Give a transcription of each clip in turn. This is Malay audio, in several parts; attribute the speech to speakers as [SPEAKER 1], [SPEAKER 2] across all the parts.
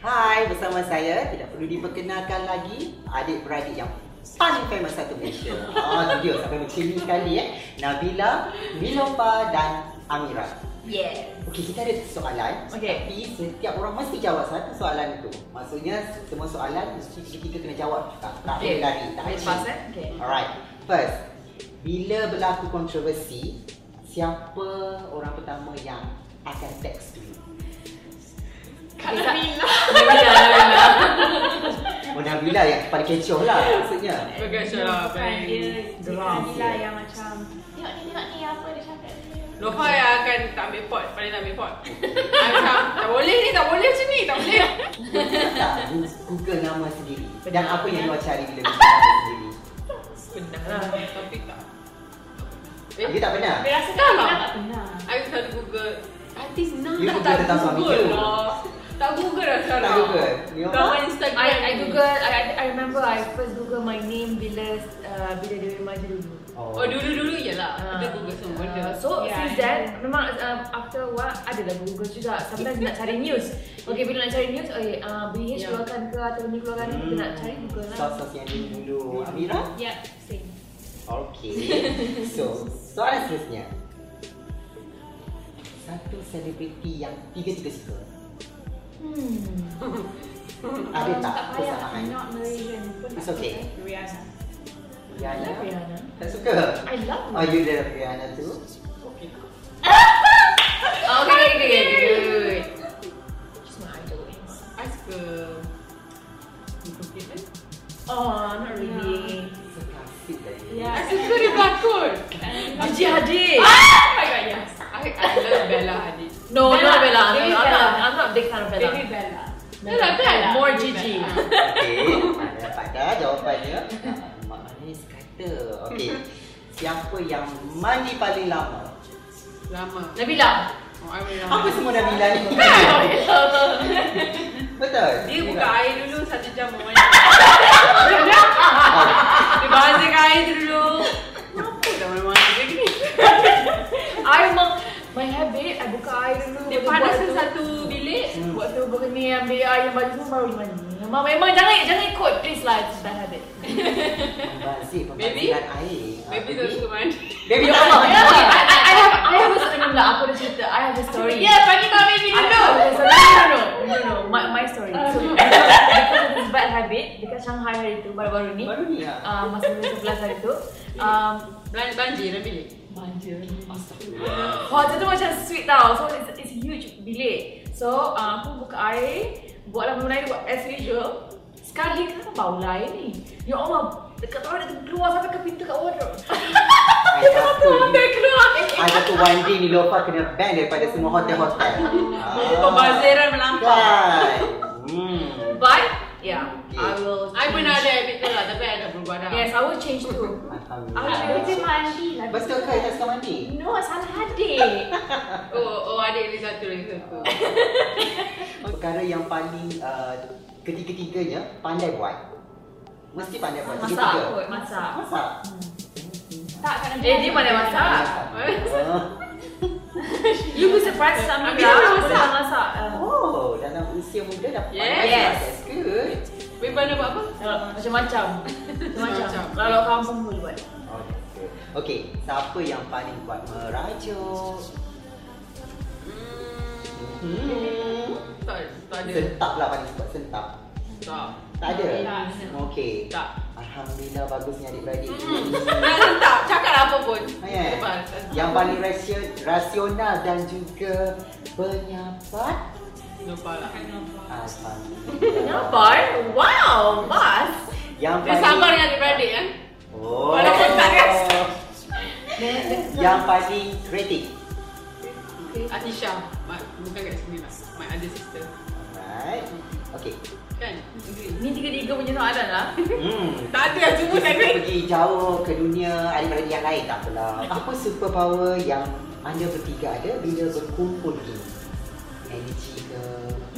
[SPEAKER 1] Hai, bersama saya tidak perlu diperkenalkan lagi adik-beradik yang paling famous satu Malaysia. Ah, dia sampai macam ni sekali eh. Nabila, Milopa dan Amira.
[SPEAKER 2] Yeah.
[SPEAKER 1] Okey, kita ada soalan.
[SPEAKER 2] Okey.
[SPEAKER 1] Tapi setiap orang mesti jawab satu soalan itu. Maksudnya semua soalan mesti kita kena jawab. Tak tak boleh lari, tak boleh.
[SPEAKER 2] Boleh lepas eh? Okay.
[SPEAKER 1] Alright. First, bila berlaku kontroversi, siapa orang pertama yang akan text to you?
[SPEAKER 3] Kak Nabila
[SPEAKER 2] Nabila, Nabila.
[SPEAKER 1] Oh, Nabila yang paling kecoh lah maksudnya.
[SPEAKER 4] Bagus lah
[SPEAKER 3] Bukan dia
[SPEAKER 4] Geram
[SPEAKER 3] Nabila yang macam
[SPEAKER 2] Tengok ni, tengok ni apa dia cakap.
[SPEAKER 4] Lofa yang akan tak ambil pot Paling tak ambil pot Macam tak boleh ni Tak boleh macam ni Tak boleh
[SPEAKER 1] Tak, Google nama sendiri. Dan
[SPEAKER 4] Benar.
[SPEAKER 1] apa yang awak cari bila Google nama sendiri?
[SPEAKER 4] Benar lah Tapi tak
[SPEAKER 1] Dia tak benar.
[SPEAKER 3] Dia rasa
[SPEAKER 4] Tak
[SPEAKER 3] tak
[SPEAKER 4] lah.
[SPEAKER 3] pernah tak pernah
[SPEAKER 4] Aku selalu google Artis nak
[SPEAKER 1] You
[SPEAKER 4] dah
[SPEAKER 1] google
[SPEAKER 4] tak
[SPEAKER 1] tentang suami
[SPEAKER 4] google
[SPEAKER 1] ke?
[SPEAKER 4] lah Tak google lah sekarang
[SPEAKER 1] Tak Google. You know?
[SPEAKER 4] Kawan Instagram
[SPEAKER 3] I, I google I, I- I remember I first google my name bila uh, bila Dewi Maju dulu
[SPEAKER 4] Oh
[SPEAKER 1] hmm.
[SPEAKER 4] dulu-dulu je lah Kita google semua benda
[SPEAKER 3] Uh, so
[SPEAKER 4] Yeah.
[SPEAKER 3] yeah, since that memang um, after a while ada lah Google juga. Sometimes nak cari news. Okay bila nak cari news, okay, uh, BH
[SPEAKER 4] Yeah.
[SPEAKER 3] keluarkan ke atau ni keluarkan hmm. kita nak cari Google lah.
[SPEAKER 1] Sos-sos yang dulu. Amira?
[SPEAKER 3] Yeah, same.
[SPEAKER 1] Okay. So, soalan seterusnya. Satu selebriti yang tiga-tiga suka.
[SPEAKER 3] Hmm.
[SPEAKER 1] Ada
[SPEAKER 3] Um,
[SPEAKER 1] tak
[SPEAKER 3] payah.
[SPEAKER 1] persamaan?
[SPEAKER 3] Not Malaysian pun
[SPEAKER 1] It's
[SPEAKER 3] tak
[SPEAKER 1] okay.
[SPEAKER 3] apa.
[SPEAKER 4] Rihanna
[SPEAKER 3] I
[SPEAKER 1] Rihanna?
[SPEAKER 3] love Rihanna.
[SPEAKER 1] Ya, Tak suka?
[SPEAKER 3] I love
[SPEAKER 1] Oh, you love Rihanna too?
[SPEAKER 4] Okay
[SPEAKER 2] Okay, okay, okay, okay.
[SPEAKER 3] She's my idol.
[SPEAKER 4] I suka Mungkin kan
[SPEAKER 3] Oh, not really.
[SPEAKER 1] So, klasik lah you.
[SPEAKER 3] Yeah.
[SPEAKER 4] I suka dia pelakon
[SPEAKER 3] Haji Hadid.
[SPEAKER 4] Oh my god yes I, I love Bella Hadid
[SPEAKER 3] No,
[SPEAKER 2] Bella.
[SPEAKER 3] not Bella. No,
[SPEAKER 2] Baby
[SPEAKER 3] I'm not.
[SPEAKER 2] Bella.
[SPEAKER 3] I'm not a big fan of Bella.
[SPEAKER 2] Baby Bella.
[SPEAKER 4] Bella, Bella.
[SPEAKER 3] More
[SPEAKER 4] Baby
[SPEAKER 3] Gigi.
[SPEAKER 4] Bella.
[SPEAKER 1] Okay, mana dapat dah jawapannya. Mak manis kata. Okay. Siapa yang mandi paling lama?
[SPEAKER 4] Lama
[SPEAKER 3] Nabila.
[SPEAKER 4] Oh, I will
[SPEAKER 1] Apa
[SPEAKER 4] lama
[SPEAKER 1] semua dah bila ni? Betul?
[SPEAKER 4] Kan? Dia buka air dulu satu jam memandang. Dia basahkan air dulu. Kenapa dah mana-mana dia gini?
[SPEAKER 3] I memang my habit I buka air dulu.
[SPEAKER 4] Dia
[SPEAKER 3] boleh buat
[SPEAKER 4] panaskan
[SPEAKER 3] tu.
[SPEAKER 4] satu bilik.
[SPEAKER 1] Hmm.
[SPEAKER 3] Buat tu bukan ni ambil air yang baju semua baru dia mandi. Memang memang jangan jangan ikut please lah it's bad habit.
[SPEAKER 1] Pembazir,
[SPEAKER 4] Baby?
[SPEAKER 1] pembaziran air. Ah,
[SPEAKER 4] Baby Ya tak suka mandi.
[SPEAKER 1] Baby tak lama.
[SPEAKER 3] Okay, I, I, I have I have a story lah. Aku ada cerita. I have a story.
[SPEAKER 4] Ya, pagi tak baby
[SPEAKER 3] I-
[SPEAKER 4] dulu.
[SPEAKER 3] okay, so- No, no, no, no, no, my, my story. So, because of this bad habit, dekat Shanghai hari tu, baru-baru ni,
[SPEAKER 1] Baru
[SPEAKER 4] Ya.
[SPEAKER 1] ni lah.
[SPEAKER 3] uh, masa bulan 11 hari tu, um,
[SPEAKER 4] Ban- Banjir dalam bilik.
[SPEAKER 3] Banjir Hotel tu macam sweet tau So it's, it's huge bilik So uh, aku buka air Buatlah minum air buat as usual Sekali kenapa bau lah air ni Ya Allah Dekat toilet tu keluar sampai ke pintu kat wardrobe
[SPEAKER 1] I
[SPEAKER 3] Kenapa tu
[SPEAKER 1] takut.
[SPEAKER 3] sampai keluar
[SPEAKER 1] I takut one day ni Lofa kena ban daripada semua hotel-hotel. Ah.
[SPEAKER 4] Pembaziran melampau.
[SPEAKER 1] Kan? Hmm.
[SPEAKER 3] But Yeah I will
[SPEAKER 4] I pun ada habit tu lah tapi I dah berubah dah.
[SPEAKER 3] Yes I will change too I will
[SPEAKER 1] Alhamdulillah.
[SPEAKER 3] change my auntie lah
[SPEAKER 1] Betul ke tak suka mandi?
[SPEAKER 3] No salah adik
[SPEAKER 4] Oh, oh adik ni satu lagi satu.
[SPEAKER 1] Perkara yang paling uh, ketiga-tiganya pandai buat. Mesti pandai buat.
[SPEAKER 3] Masak
[SPEAKER 1] tiga-tiga.
[SPEAKER 3] kot Masak
[SPEAKER 1] Masak.
[SPEAKER 3] Tak kadang Eh dia pandai masak
[SPEAKER 1] Ah.
[SPEAKER 3] You will surprise some
[SPEAKER 4] Amira
[SPEAKER 3] people
[SPEAKER 4] boleh
[SPEAKER 3] Boleh
[SPEAKER 4] masak.
[SPEAKER 3] masak um,
[SPEAKER 1] Oh, dalam usia muda dah pandai
[SPEAKER 4] Yes.
[SPEAKER 1] masak. That's good.
[SPEAKER 4] Baby pandai buat apa?
[SPEAKER 3] Kalau macam-macam
[SPEAKER 4] Macam-macam.
[SPEAKER 3] Macam-macam Kalau kampung boleh buat
[SPEAKER 1] Okay. Okay, siapa yang paling buat merajuk?
[SPEAKER 4] Hmm,
[SPEAKER 1] Hmm.
[SPEAKER 4] tak, tak ada.
[SPEAKER 1] Sentap lah paling buat sentap.
[SPEAKER 4] Tak.
[SPEAKER 1] Tak ada?
[SPEAKER 3] Tak.
[SPEAKER 1] Okay.
[SPEAKER 4] Tak.
[SPEAKER 1] Alhamdulillah bagusnya adik-beradik.
[SPEAKER 4] Hmm. Nak sentap, cakap lah apa pun.
[SPEAKER 1] Yeah.
[SPEAKER 4] Lepas.
[SPEAKER 1] Yang paling rasio- rasional dan juga penyabar.
[SPEAKER 4] Lupa lah.
[SPEAKER 1] Alhamdulillah.
[SPEAKER 3] Nampak? eh? Wow, Mas
[SPEAKER 1] Yang
[SPEAKER 4] Dia
[SPEAKER 1] paling
[SPEAKER 4] sabar dengan adik-beradik kan?
[SPEAKER 1] Oh.
[SPEAKER 4] Walaupun tak kan? rasa.
[SPEAKER 1] Yang paling kreatif.
[SPEAKER 4] Atisha, my, bukan kat sini lah. My other sister.
[SPEAKER 1] Alright. Okay.
[SPEAKER 4] Kan?
[SPEAKER 3] Ni tiga-tiga punya soalan lah
[SPEAKER 1] Hmm.
[SPEAKER 4] Tak ada yang semua tak
[SPEAKER 1] Kita pergi jauh ke dunia adik-beradik yang lain tak pula. Apa superpower yang anda bertiga ada bila berkumpul gini? Energy ke?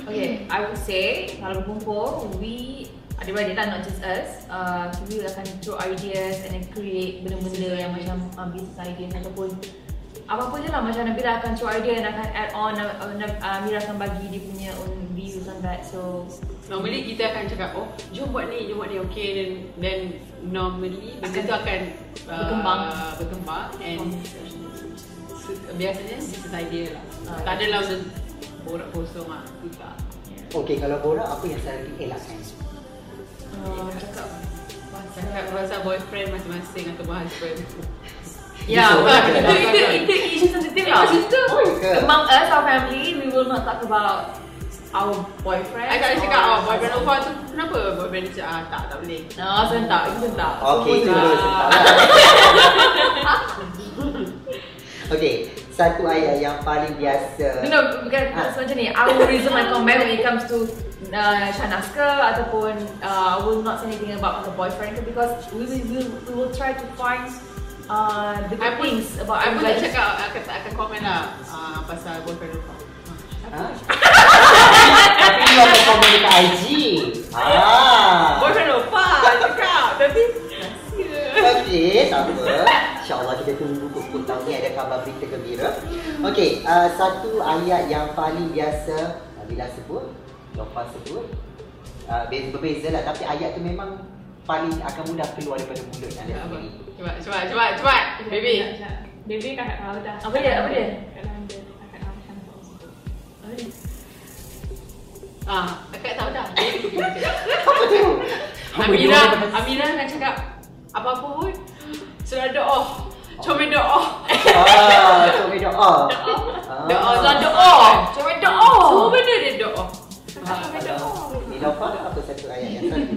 [SPEAKER 3] Okay, I would say Kalau berkumpul, we Adik-beradik lah, not just us uh, We akan throw ideas and then create benda-benda yang macam uh, Business ideas ataupun apa-apa je lah macam Nabila akan throw idea and akan add on uh, uh, Nab- uh, Mira akan bagi dia punya own views done that. So
[SPEAKER 4] Normally kita akan cakap oh jom buat ni, jom buat ni okay then then normally benda tu akan uh,
[SPEAKER 3] Berkembang.
[SPEAKER 4] berkembang and se- biasanya business idea lah.
[SPEAKER 3] Ah,
[SPEAKER 4] tak ada lah macam borak kosong ah. Tidak.
[SPEAKER 1] Okey, kalau borak apa yang selalu dielakkan?
[SPEAKER 3] uh, cakap
[SPEAKER 4] Cakap pasal boyfriend masing-masing atau husband. Ya,
[SPEAKER 3] Yeah,
[SPEAKER 1] Betul.
[SPEAKER 3] but itu itu
[SPEAKER 4] kan?
[SPEAKER 3] itu isu sensitif lah.
[SPEAKER 4] Isu sensitif.
[SPEAKER 1] Oh, ke?
[SPEAKER 3] Among us, our family, we will not talk about our boyfriend.
[SPEAKER 4] I tak boleh cakap
[SPEAKER 3] or-
[SPEAKER 4] oh boyfriend kau tu kenapa boyfriend dia cakap ah tak tak boleh.
[SPEAKER 3] No, sentak, itu sentak.
[SPEAKER 1] Okey, itu
[SPEAKER 3] Semua
[SPEAKER 1] dulu sebentar
[SPEAKER 3] sentak.
[SPEAKER 1] lah. Okey, satu ayat yang paling biasa.
[SPEAKER 3] No, no, bukan
[SPEAKER 1] Ah.
[SPEAKER 3] so macam ni. I will reason my comment when it comes to uh, Shanas ke ataupun uh, I will not say anything about the boyfriend ke because we will, we will, we will try to find uh, the good
[SPEAKER 4] I pun
[SPEAKER 3] things about
[SPEAKER 4] Oh, I
[SPEAKER 3] our
[SPEAKER 4] pun tak
[SPEAKER 3] lives.
[SPEAKER 4] cakap akan akan komen lah ah, pasal boyfriend kau.
[SPEAKER 1] Ha? Tapi you akan komen dekat IG. Ah.
[SPEAKER 4] Boyfriend lupa cakap tapi
[SPEAKER 1] Okey, tak apa. InsyaAllah kita tunggu pukul tahun ni ada khabar berita gembira. Okey, uh, satu ayat yang paling biasa Nabila sebut, Lofa sebut. Uh, be- berbeza lah tapi ayat tu memang paling akan mudah keluar daripada mulut anda
[SPEAKER 4] Apa?
[SPEAKER 1] sendiri.
[SPEAKER 4] Cepat cepat cepat cepat baby.
[SPEAKER 2] Baby kakak kau dah.
[SPEAKER 3] Apa dia? Apa dia?
[SPEAKER 2] Kat London. Kakak kau macam tu.
[SPEAKER 4] Ah, akak tahu dah.
[SPEAKER 1] Apa tu?
[SPEAKER 4] Amira, Amira akan cakap apa-apa pun sudah doa. Comel doa.
[SPEAKER 1] Ah, so we doa.
[SPEAKER 4] Doa, sudah
[SPEAKER 1] Ah.
[SPEAKER 4] doa.
[SPEAKER 3] Cuma
[SPEAKER 4] Semua
[SPEAKER 3] doa.
[SPEAKER 4] benda dia Ah, doa.
[SPEAKER 1] Ni Lofa apa satu ayat yang selalu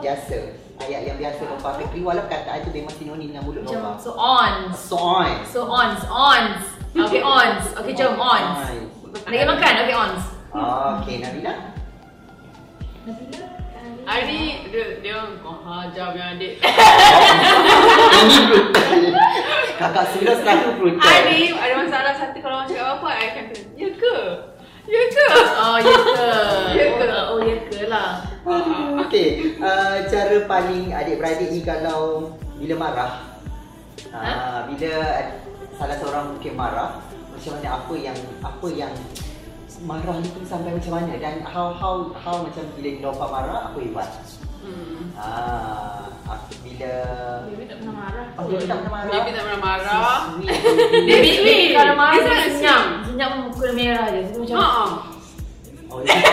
[SPEAKER 1] biasa? Ayat yang biasa Lofa akan keluar lah kataan tu memang sinonim dengan mulut Lofa.
[SPEAKER 3] Macam so on.
[SPEAKER 1] Soin.
[SPEAKER 3] So ons, ons. Okay, ons. Okay, jom, ons. Nak pergi makan? Okay, ons.
[SPEAKER 1] Ah, Okey, Nabila.
[SPEAKER 4] Hari ni dia dia kau hajar punya adik.
[SPEAKER 1] Ini brutal. Kakak Sula selalu brutal.
[SPEAKER 4] Hari ni ada masalah satu kalau orang cakap apa-apa, I akan kena. Ya ke? Ya ke?
[SPEAKER 3] Oh, ya ke?
[SPEAKER 4] Ya ke?
[SPEAKER 3] Oh, oh, ya ke lah.
[SPEAKER 1] Aduh, Ah, Okey, uh, cara paling adik-beradik ni kalau bila marah.
[SPEAKER 4] Ha?
[SPEAKER 1] Uh, bila salah seorang mungkin marah, macam mana apa yang apa yang marah ni tu sampai macam mana dan how how how macam bila Nilofa marah apa yang buat?
[SPEAKER 3] oh.
[SPEAKER 4] Hmm.
[SPEAKER 1] Ah, aku bila
[SPEAKER 2] Baby tak pernah marah.
[SPEAKER 1] Oh, dia tak pernah marah.
[SPEAKER 4] Baby tak pernah marah.
[SPEAKER 1] Sweet, baby.
[SPEAKER 4] Dia
[SPEAKER 3] Dia
[SPEAKER 4] sweet.
[SPEAKER 3] kalau marah,
[SPEAKER 4] Dia
[SPEAKER 3] dia
[SPEAKER 4] sangat
[SPEAKER 3] senyap. Senyap memukul merah je. So, macam,
[SPEAKER 4] Ha.
[SPEAKER 1] Oh, dia-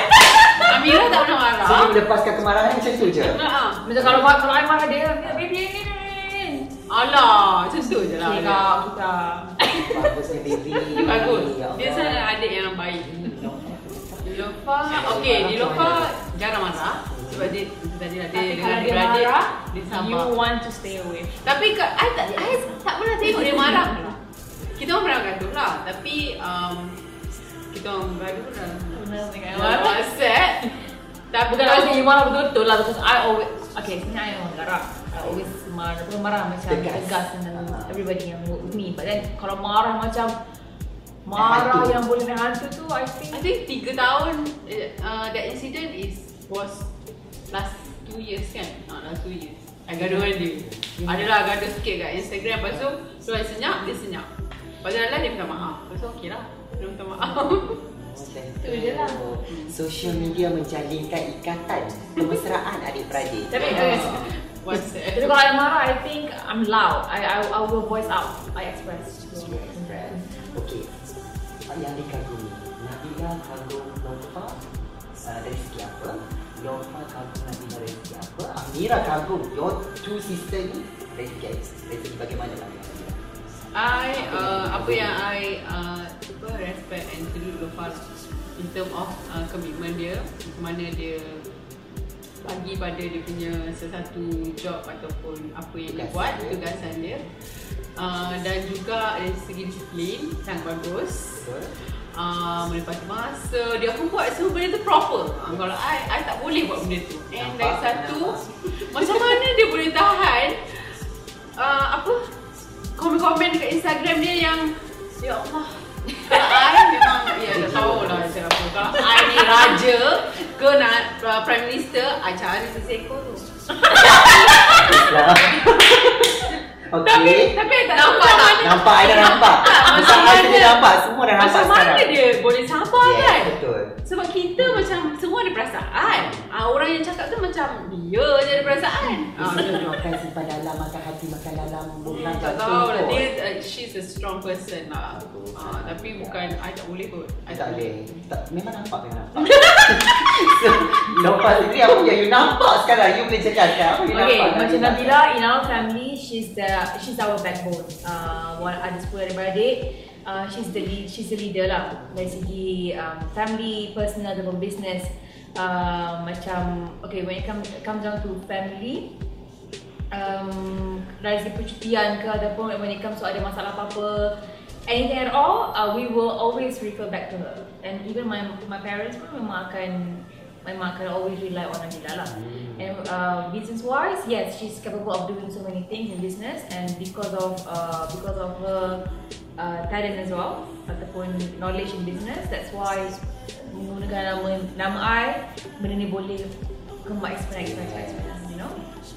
[SPEAKER 4] Amira tak pernah marah.
[SPEAKER 1] so dia melepaskan kemarahan macam tu je.
[SPEAKER 4] Ha.
[SPEAKER 3] macam kalau buat, kalau I marah dia, dia baby ni, ni, ni.
[SPEAKER 4] Alah, macam tu je lah.
[SPEAKER 3] Cakap, kita.
[SPEAKER 1] Bagusnya baby.
[SPEAKER 4] Dia bagus.
[SPEAKER 1] Ya
[SPEAKER 4] Dia
[SPEAKER 1] Allah.
[SPEAKER 4] sangat adik yang baik. Nilofa,
[SPEAKER 1] Marah
[SPEAKER 4] okey, Nilofa
[SPEAKER 1] macam
[SPEAKER 4] jarang marah sebab dia itu tadi lah dia
[SPEAKER 3] Tapi
[SPEAKER 4] dengan
[SPEAKER 3] kalau dia
[SPEAKER 4] adik-beradik,
[SPEAKER 3] marah,
[SPEAKER 4] dia
[SPEAKER 3] you
[SPEAKER 4] sabar.
[SPEAKER 3] want to stay away.
[SPEAKER 4] Tapi ke, I tak I tak pernah tengok dia marah. Kita orang pernah gaduh lah, tapi um, kita orang gaduh lah. Marah upset. Tapi
[SPEAKER 3] Bukan
[SPEAKER 4] kalau
[SPEAKER 3] aku you marah betul-betul lah Because I always Okay sebenarnya I memang garap I always marah Bukan marah macam
[SPEAKER 1] Tegas.
[SPEAKER 3] tegas, dengan
[SPEAKER 1] Ah.
[SPEAKER 3] everybody yang with me But then kalau marah macam
[SPEAKER 1] Naik
[SPEAKER 3] Marah
[SPEAKER 1] hantu.
[SPEAKER 3] yang boleh naik hantu tu I
[SPEAKER 4] I
[SPEAKER 3] think
[SPEAKER 4] think 3 tahun uh, that incident is was last 2 years kan? Ah, last 2 years. I gaduh dengan dia. Adalah lah, gaduh sikit kat Instagram. Lepas tu, so I senyap, dia senyap. Lepas tu Lala dia minta maaf. Lepas tu okey lah. Dia minta maaf.
[SPEAKER 1] Itu je lah. Social media menjalinkan ikatan kemesraan adik-beradik.
[SPEAKER 3] Tapi eh,
[SPEAKER 4] Ah,
[SPEAKER 3] okay Tapi
[SPEAKER 4] WhatsApp.
[SPEAKER 3] kalau I marah I think I'm loud I I, I will voice out I express
[SPEAKER 1] Okey. Yang dikagumi. Nabila kagum Lofa uh, dari segi apa? Lofa kagum Nabila dari segi apa? Amira kagum your two sister ni dari segi dari segi bagaimana lah.
[SPEAKER 4] I, uh, apa yang I uh, apa, respect and salute Lofa in term of uh, commitment dia. Mana dia bagi pada dia punya sesuatu job ataupun apa yang dia
[SPEAKER 1] Tugasan
[SPEAKER 4] buat,
[SPEAKER 1] dia.
[SPEAKER 4] tugasan dia. Uh, dan juga dari segi disiplin, sangat bagus.
[SPEAKER 1] Betul?
[SPEAKER 4] Uh, melepasi masa, dia pun buat semua benda tu proper. Uh, kalau I, I tak boleh buat benda tu.
[SPEAKER 1] Nampak,
[SPEAKER 4] And lagi satu, macam mana dia boleh tahan uh, apa komen-komen dekat Instagram dia yang Ya Allah I memang ya dah tahu lah macam apa Kalau I ni raja ke nak uh, Prime Minister I cari sesekor tu
[SPEAKER 1] Islam.
[SPEAKER 4] Tapi
[SPEAKER 1] Okey.
[SPEAKER 4] tapi I tak nampak tak
[SPEAKER 1] Nampak, I dah nampak.
[SPEAKER 4] Ah,
[SPEAKER 1] Bukan
[SPEAKER 4] macam
[SPEAKER 1] I saja
[SPEAKER 4] mana-
[SPEAKER 1] nampak, semua dah nampak
[SPEAKER 4] Macam mana
[SPEAKER 1] sekarang.
[SPEAKER 4] dia boleh sabar
[SPEAKER 1] Yes,
[SPEAKER 4] kan
[SPEAKER 1] betul.
[SPEAKER 4] Sebab kita macam semua ada perasaan. Ah orang yang cakap tu macam dia je ada perasaan. Ah
[SPEAKER 1] Makan simpan dalam, makan hati, makan dalam Bukan
[SPEAKER 3] Hmm,
[SPEAKER 4] tak tahu lah dia uh, she's a strong person lah. Ah tapi bukan I tak boleh kot. I
[SPEAKER 1] tak boleh tak, Memang nampak Memang nampak So Lepas ni apa yang you nampak sekarang You boleh cakap sekarang Apa you
[SPEAKER 3] Okay,
[SPEAKER 1] nampak
[SPEAKER 3] macam
[SPEAKER 1] nampak.
[SPEAKER 3] Nabila in our family, she's the she's our backbone. Uh, one ada sepuluh adik-beradik. Uh, she's the lead, she's the leader lah dari segi um, family, personal ataupun business. Uh, macam okay when it come come down to family, um, dari segi percutian ke ataupun when it comes to ada masalah apa-apa anything at all uh, we will always refer back to her and even my my parents pun memang akan memang akan always rely on Nabila lah and uh, business wise yes she's capable of doing so many things in business and because of uh, because of her uh, talent as well ataupun knowledge in business that's why menggunakan nama nama I benda ni boleh kembang expand expand expand you know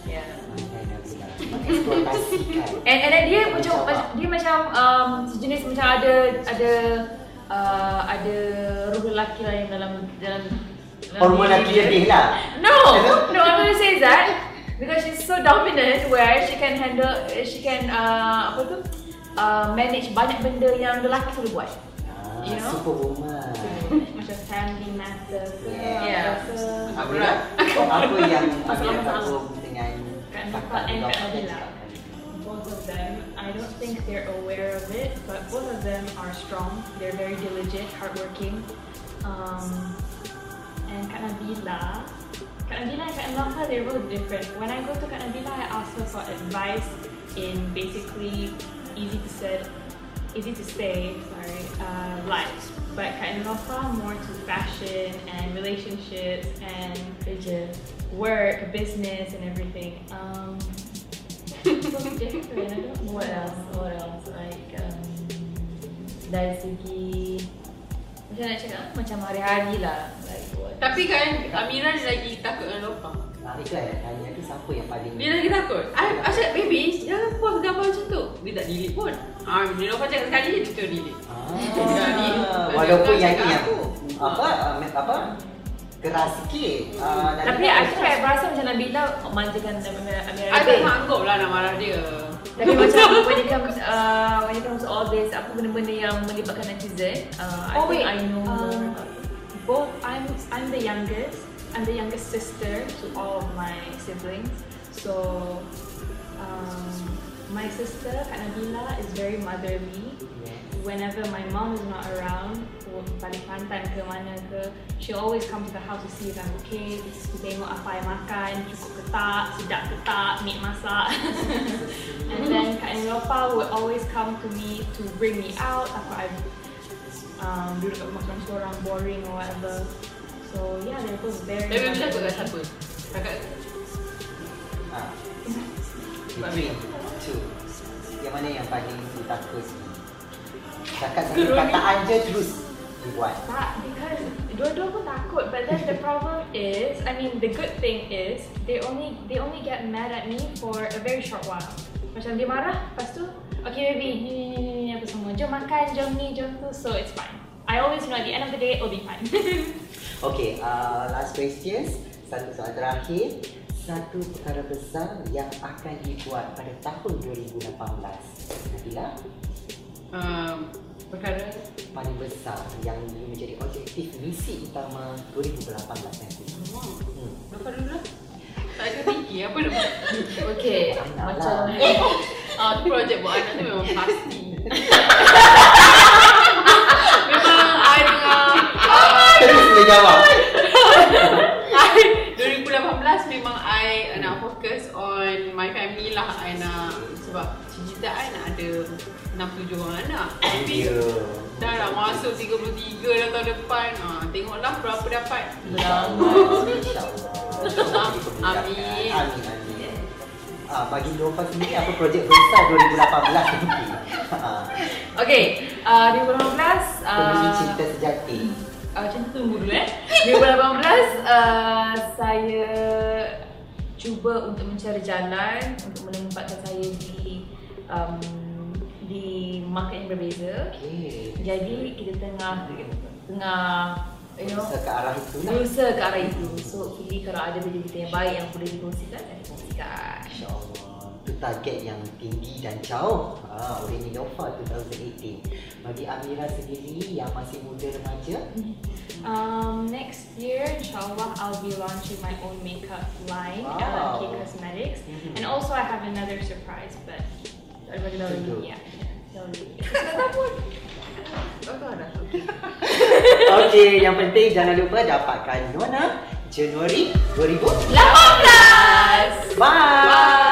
[SPEAKER 3] yeah
[SPEAKER 1] Pandai Nabila. Eksplorasikan.
[SPEAKER 3] And and then dia macam macam- dia macam um, sejenis macam ada ada uh, ada ruh lelaki lain dalam dalam dalam
[SPEAKER 1] Hormon
[SPEAKER 3] diri
[SPEAKER 1] lelaki lebih lah
[SPEAKER 3] No, no, I'm gonna say that because she's so dominant where she can handle, she can uh, apa tu, uh, manage banyak benda yang lelaki selalu buat.
[SPEAKER 1] Ah,
[SPEAKER 3] You know?
[SPEAKER 1] Superwoman
[SPEAKER 2] Macam family matter ke
[SPEAKER 1] Yeah.
[SPEAKER 2] apa ke.
[SPEAKER 1] Amira, apa yang Amira
[SPEAKER 2] Masalah-masalah.
[SPEAKER 1] tahu dengan
[SPEAKER 2] Kan
[SPEAKER 1] kakak
[SPEAKER 2] nampak and
[SPEAKER 1] Nabila
[SPEAKER 2] Kak
[SPEAKER 1] cakap
[SPEAKER 3] lah.
[SPEAKER 2] Nabila.
[SPEAKER 1] tadi?
[SPEAKER 2] both of them. I don't think they're aware of it, but both of them are strong. They're very diligent, hardworking. Um, and Kak Nabila, Kak Nabila and Kak Nabila, they're both different. When I go to Kak Nabila, I ask her for advice in basically easy to said, easy to say, sorry, uh, life. But Kak Nabila more to fashion and relationships and
[SPEAKER 3] Kerja.
[SPEAKER 2] work, business, and everything. Um, so different. I don't know
[SPEAKER 3] What else? What else? Like um, dari segi macam nak cakap macam hari-hari lah. Like what?
[SPEAKER 4] Tapi kan Amira dia lagi takut dengan lopang.
[SPEAKER 1] Ah, itu yang nak tanya tu siapa yang paling
[SPEAKER 4] Dia lagi takut. I, Asyik, baby, jangan post gambar macam tu. Dia tak delete pun. Ah, dia lopang cakap sekali, dia tu delete.
[SPEAKER 1] Ah, walaupun yang ni yang apa ah, me- apa keras sikit. Ah, dan-
[SPEAKER 3] Tapi aku kayak rasa macam Nabila manjakan Amira Amira
[SPEAKER 4] I tak
[SPEAKER 3] lebih.
[SPEAKER 4] sanggup lah nak marah dia.
[SPEAKER 3] Tapi macam when it comes uh, when it comes to all this apa benda-benda yang melibatkan netizen, uh, I
[SPEAKER 2] Oh,
[SPEAKER 3] think
[SPEAKER 2] wait.
[SPEAKER 3] I know more
[SPEAKER 2] Um,
[SPEAKER 3] about it.
[SPEAKER 2] both I'm I'm the youngest. I'm the youngest sister to all of my siblings. So um, my sister Kak Nabila is very motherly. Whenever my mom is not around, or balik pantai ke mana ke, she always come to the house to see if I'm okay, to tengok apa yang makan, cukup ke tak, sedap ke tak, meat masak. and then Kak Nilofa would always come to me to bring me out after I've um, duduk kat rumah macam seorang boring or whatever. So yeah, they're both very.
[SPEAKER 4] Tapi bila takut kat siapa? Takut
[SPEAKER 1] Ah. Between two. Yang mana yang paling tu takut? Cakap satu
[SPEAKER 2] Geruni.
[SPEAKER 1] perkataan je terus dibuat.
[SPEAKER 2] Tak, because dua-dua pun takut. But then the problem is, I mean, the good thing is they only they only get mad at me for a very short while. Macam dia marah, lepas tu, okay baby, ni ni ni ni, ni apa semua, jom makan, jom ni, jom tu, so it's fine. I always know at the end of the day it'll be fine.
[SPEAKER 1] Okay, uh, last questions. Satu soalan terakhir. Satu perkara besar yang akan dibuat pada tahun 2018. Nabila,
[SPEAKER 4] um, perkara
[SPEAKER 1] paling besar yang menjadi objektif misi utama 2018 nanti.
[SPEAKER 4] Wow,
[SPEAKER 1] Hmm.
[SPEAKER 4] Nampak dulu lah Tak ada fikir apa nak buat
[SPEAKER 3] Okay,
[SPEAKER 1] Anak
[SPEAKER 3] macam
[SPEAKER 1] lah.
[SPEAKER 4] Eh, ah, tu projek buat anak tu memang pasti Memang I dengan
[SPEAKER 1] Terus boleh jawab.
[SPEAKER 4] I 2018 memang I nak fokus on my family lah I nak Sebab cita-cita I nak ada 6-7 orang anak Tapi Dah lah masuk 33 dah tahun depan ah, Tengoklah berapa dapat
[SPEAKER 1] InsyaAllah. InsyaAllah.
[SPEAKER 4] Amin.
[SPEAKER 1] Amin. Amin. Ah, bagi Nova sendiri apa projek besar 2018 nanti? Ah,
[SPEAKER 3] okay, uh, 2018
[SPEAKER 1] Penuhi
[SPEAKER 3] uh,
[SPEAKER 1] cinta sejati.
[SPEAKER 3] uh, macam tu tunggu dulu eh. 2018 uh, saya cuba untuk mencari jalan untuk menempatkan saya di um, di market yang berbeza.
[SPEAKER 1] Okay.
[SPEAKER 3] Jadi kita tengah tengah you know,
[SPEAKER 1] Bisa ke arah itu lah.
[SPEAKER 3] berusaha ke arah itu. So, hopefully kalau ada benda-benda yang baik yang boleh dikongsikan, saya kongsikan.
[SPEAKER 1] InsyaAllah Itu target yang tinggi dan jauh ha, Oleh Ninofa 2018 Bagi Amira sendiri yang masih muda remaja
[SPEAKER 2] Um, next year, inshallah, I'll be launching my own makeup line,
[SPEAKER 1] Wow.
[SPEAKER 2] LMK Cosmetics.
[SPEAKER 1] Mhm.
[SPEAKER 2] And also, I have another surprise, but Mm-hmm. everybody knows
[SPEAKER 1] Tunggu.
[SPEAKER 2] yeah.
[SPEAKER 1] Okey, yang penting jangan lupa dapatkan Nona Januari 2018 Bye, Bye.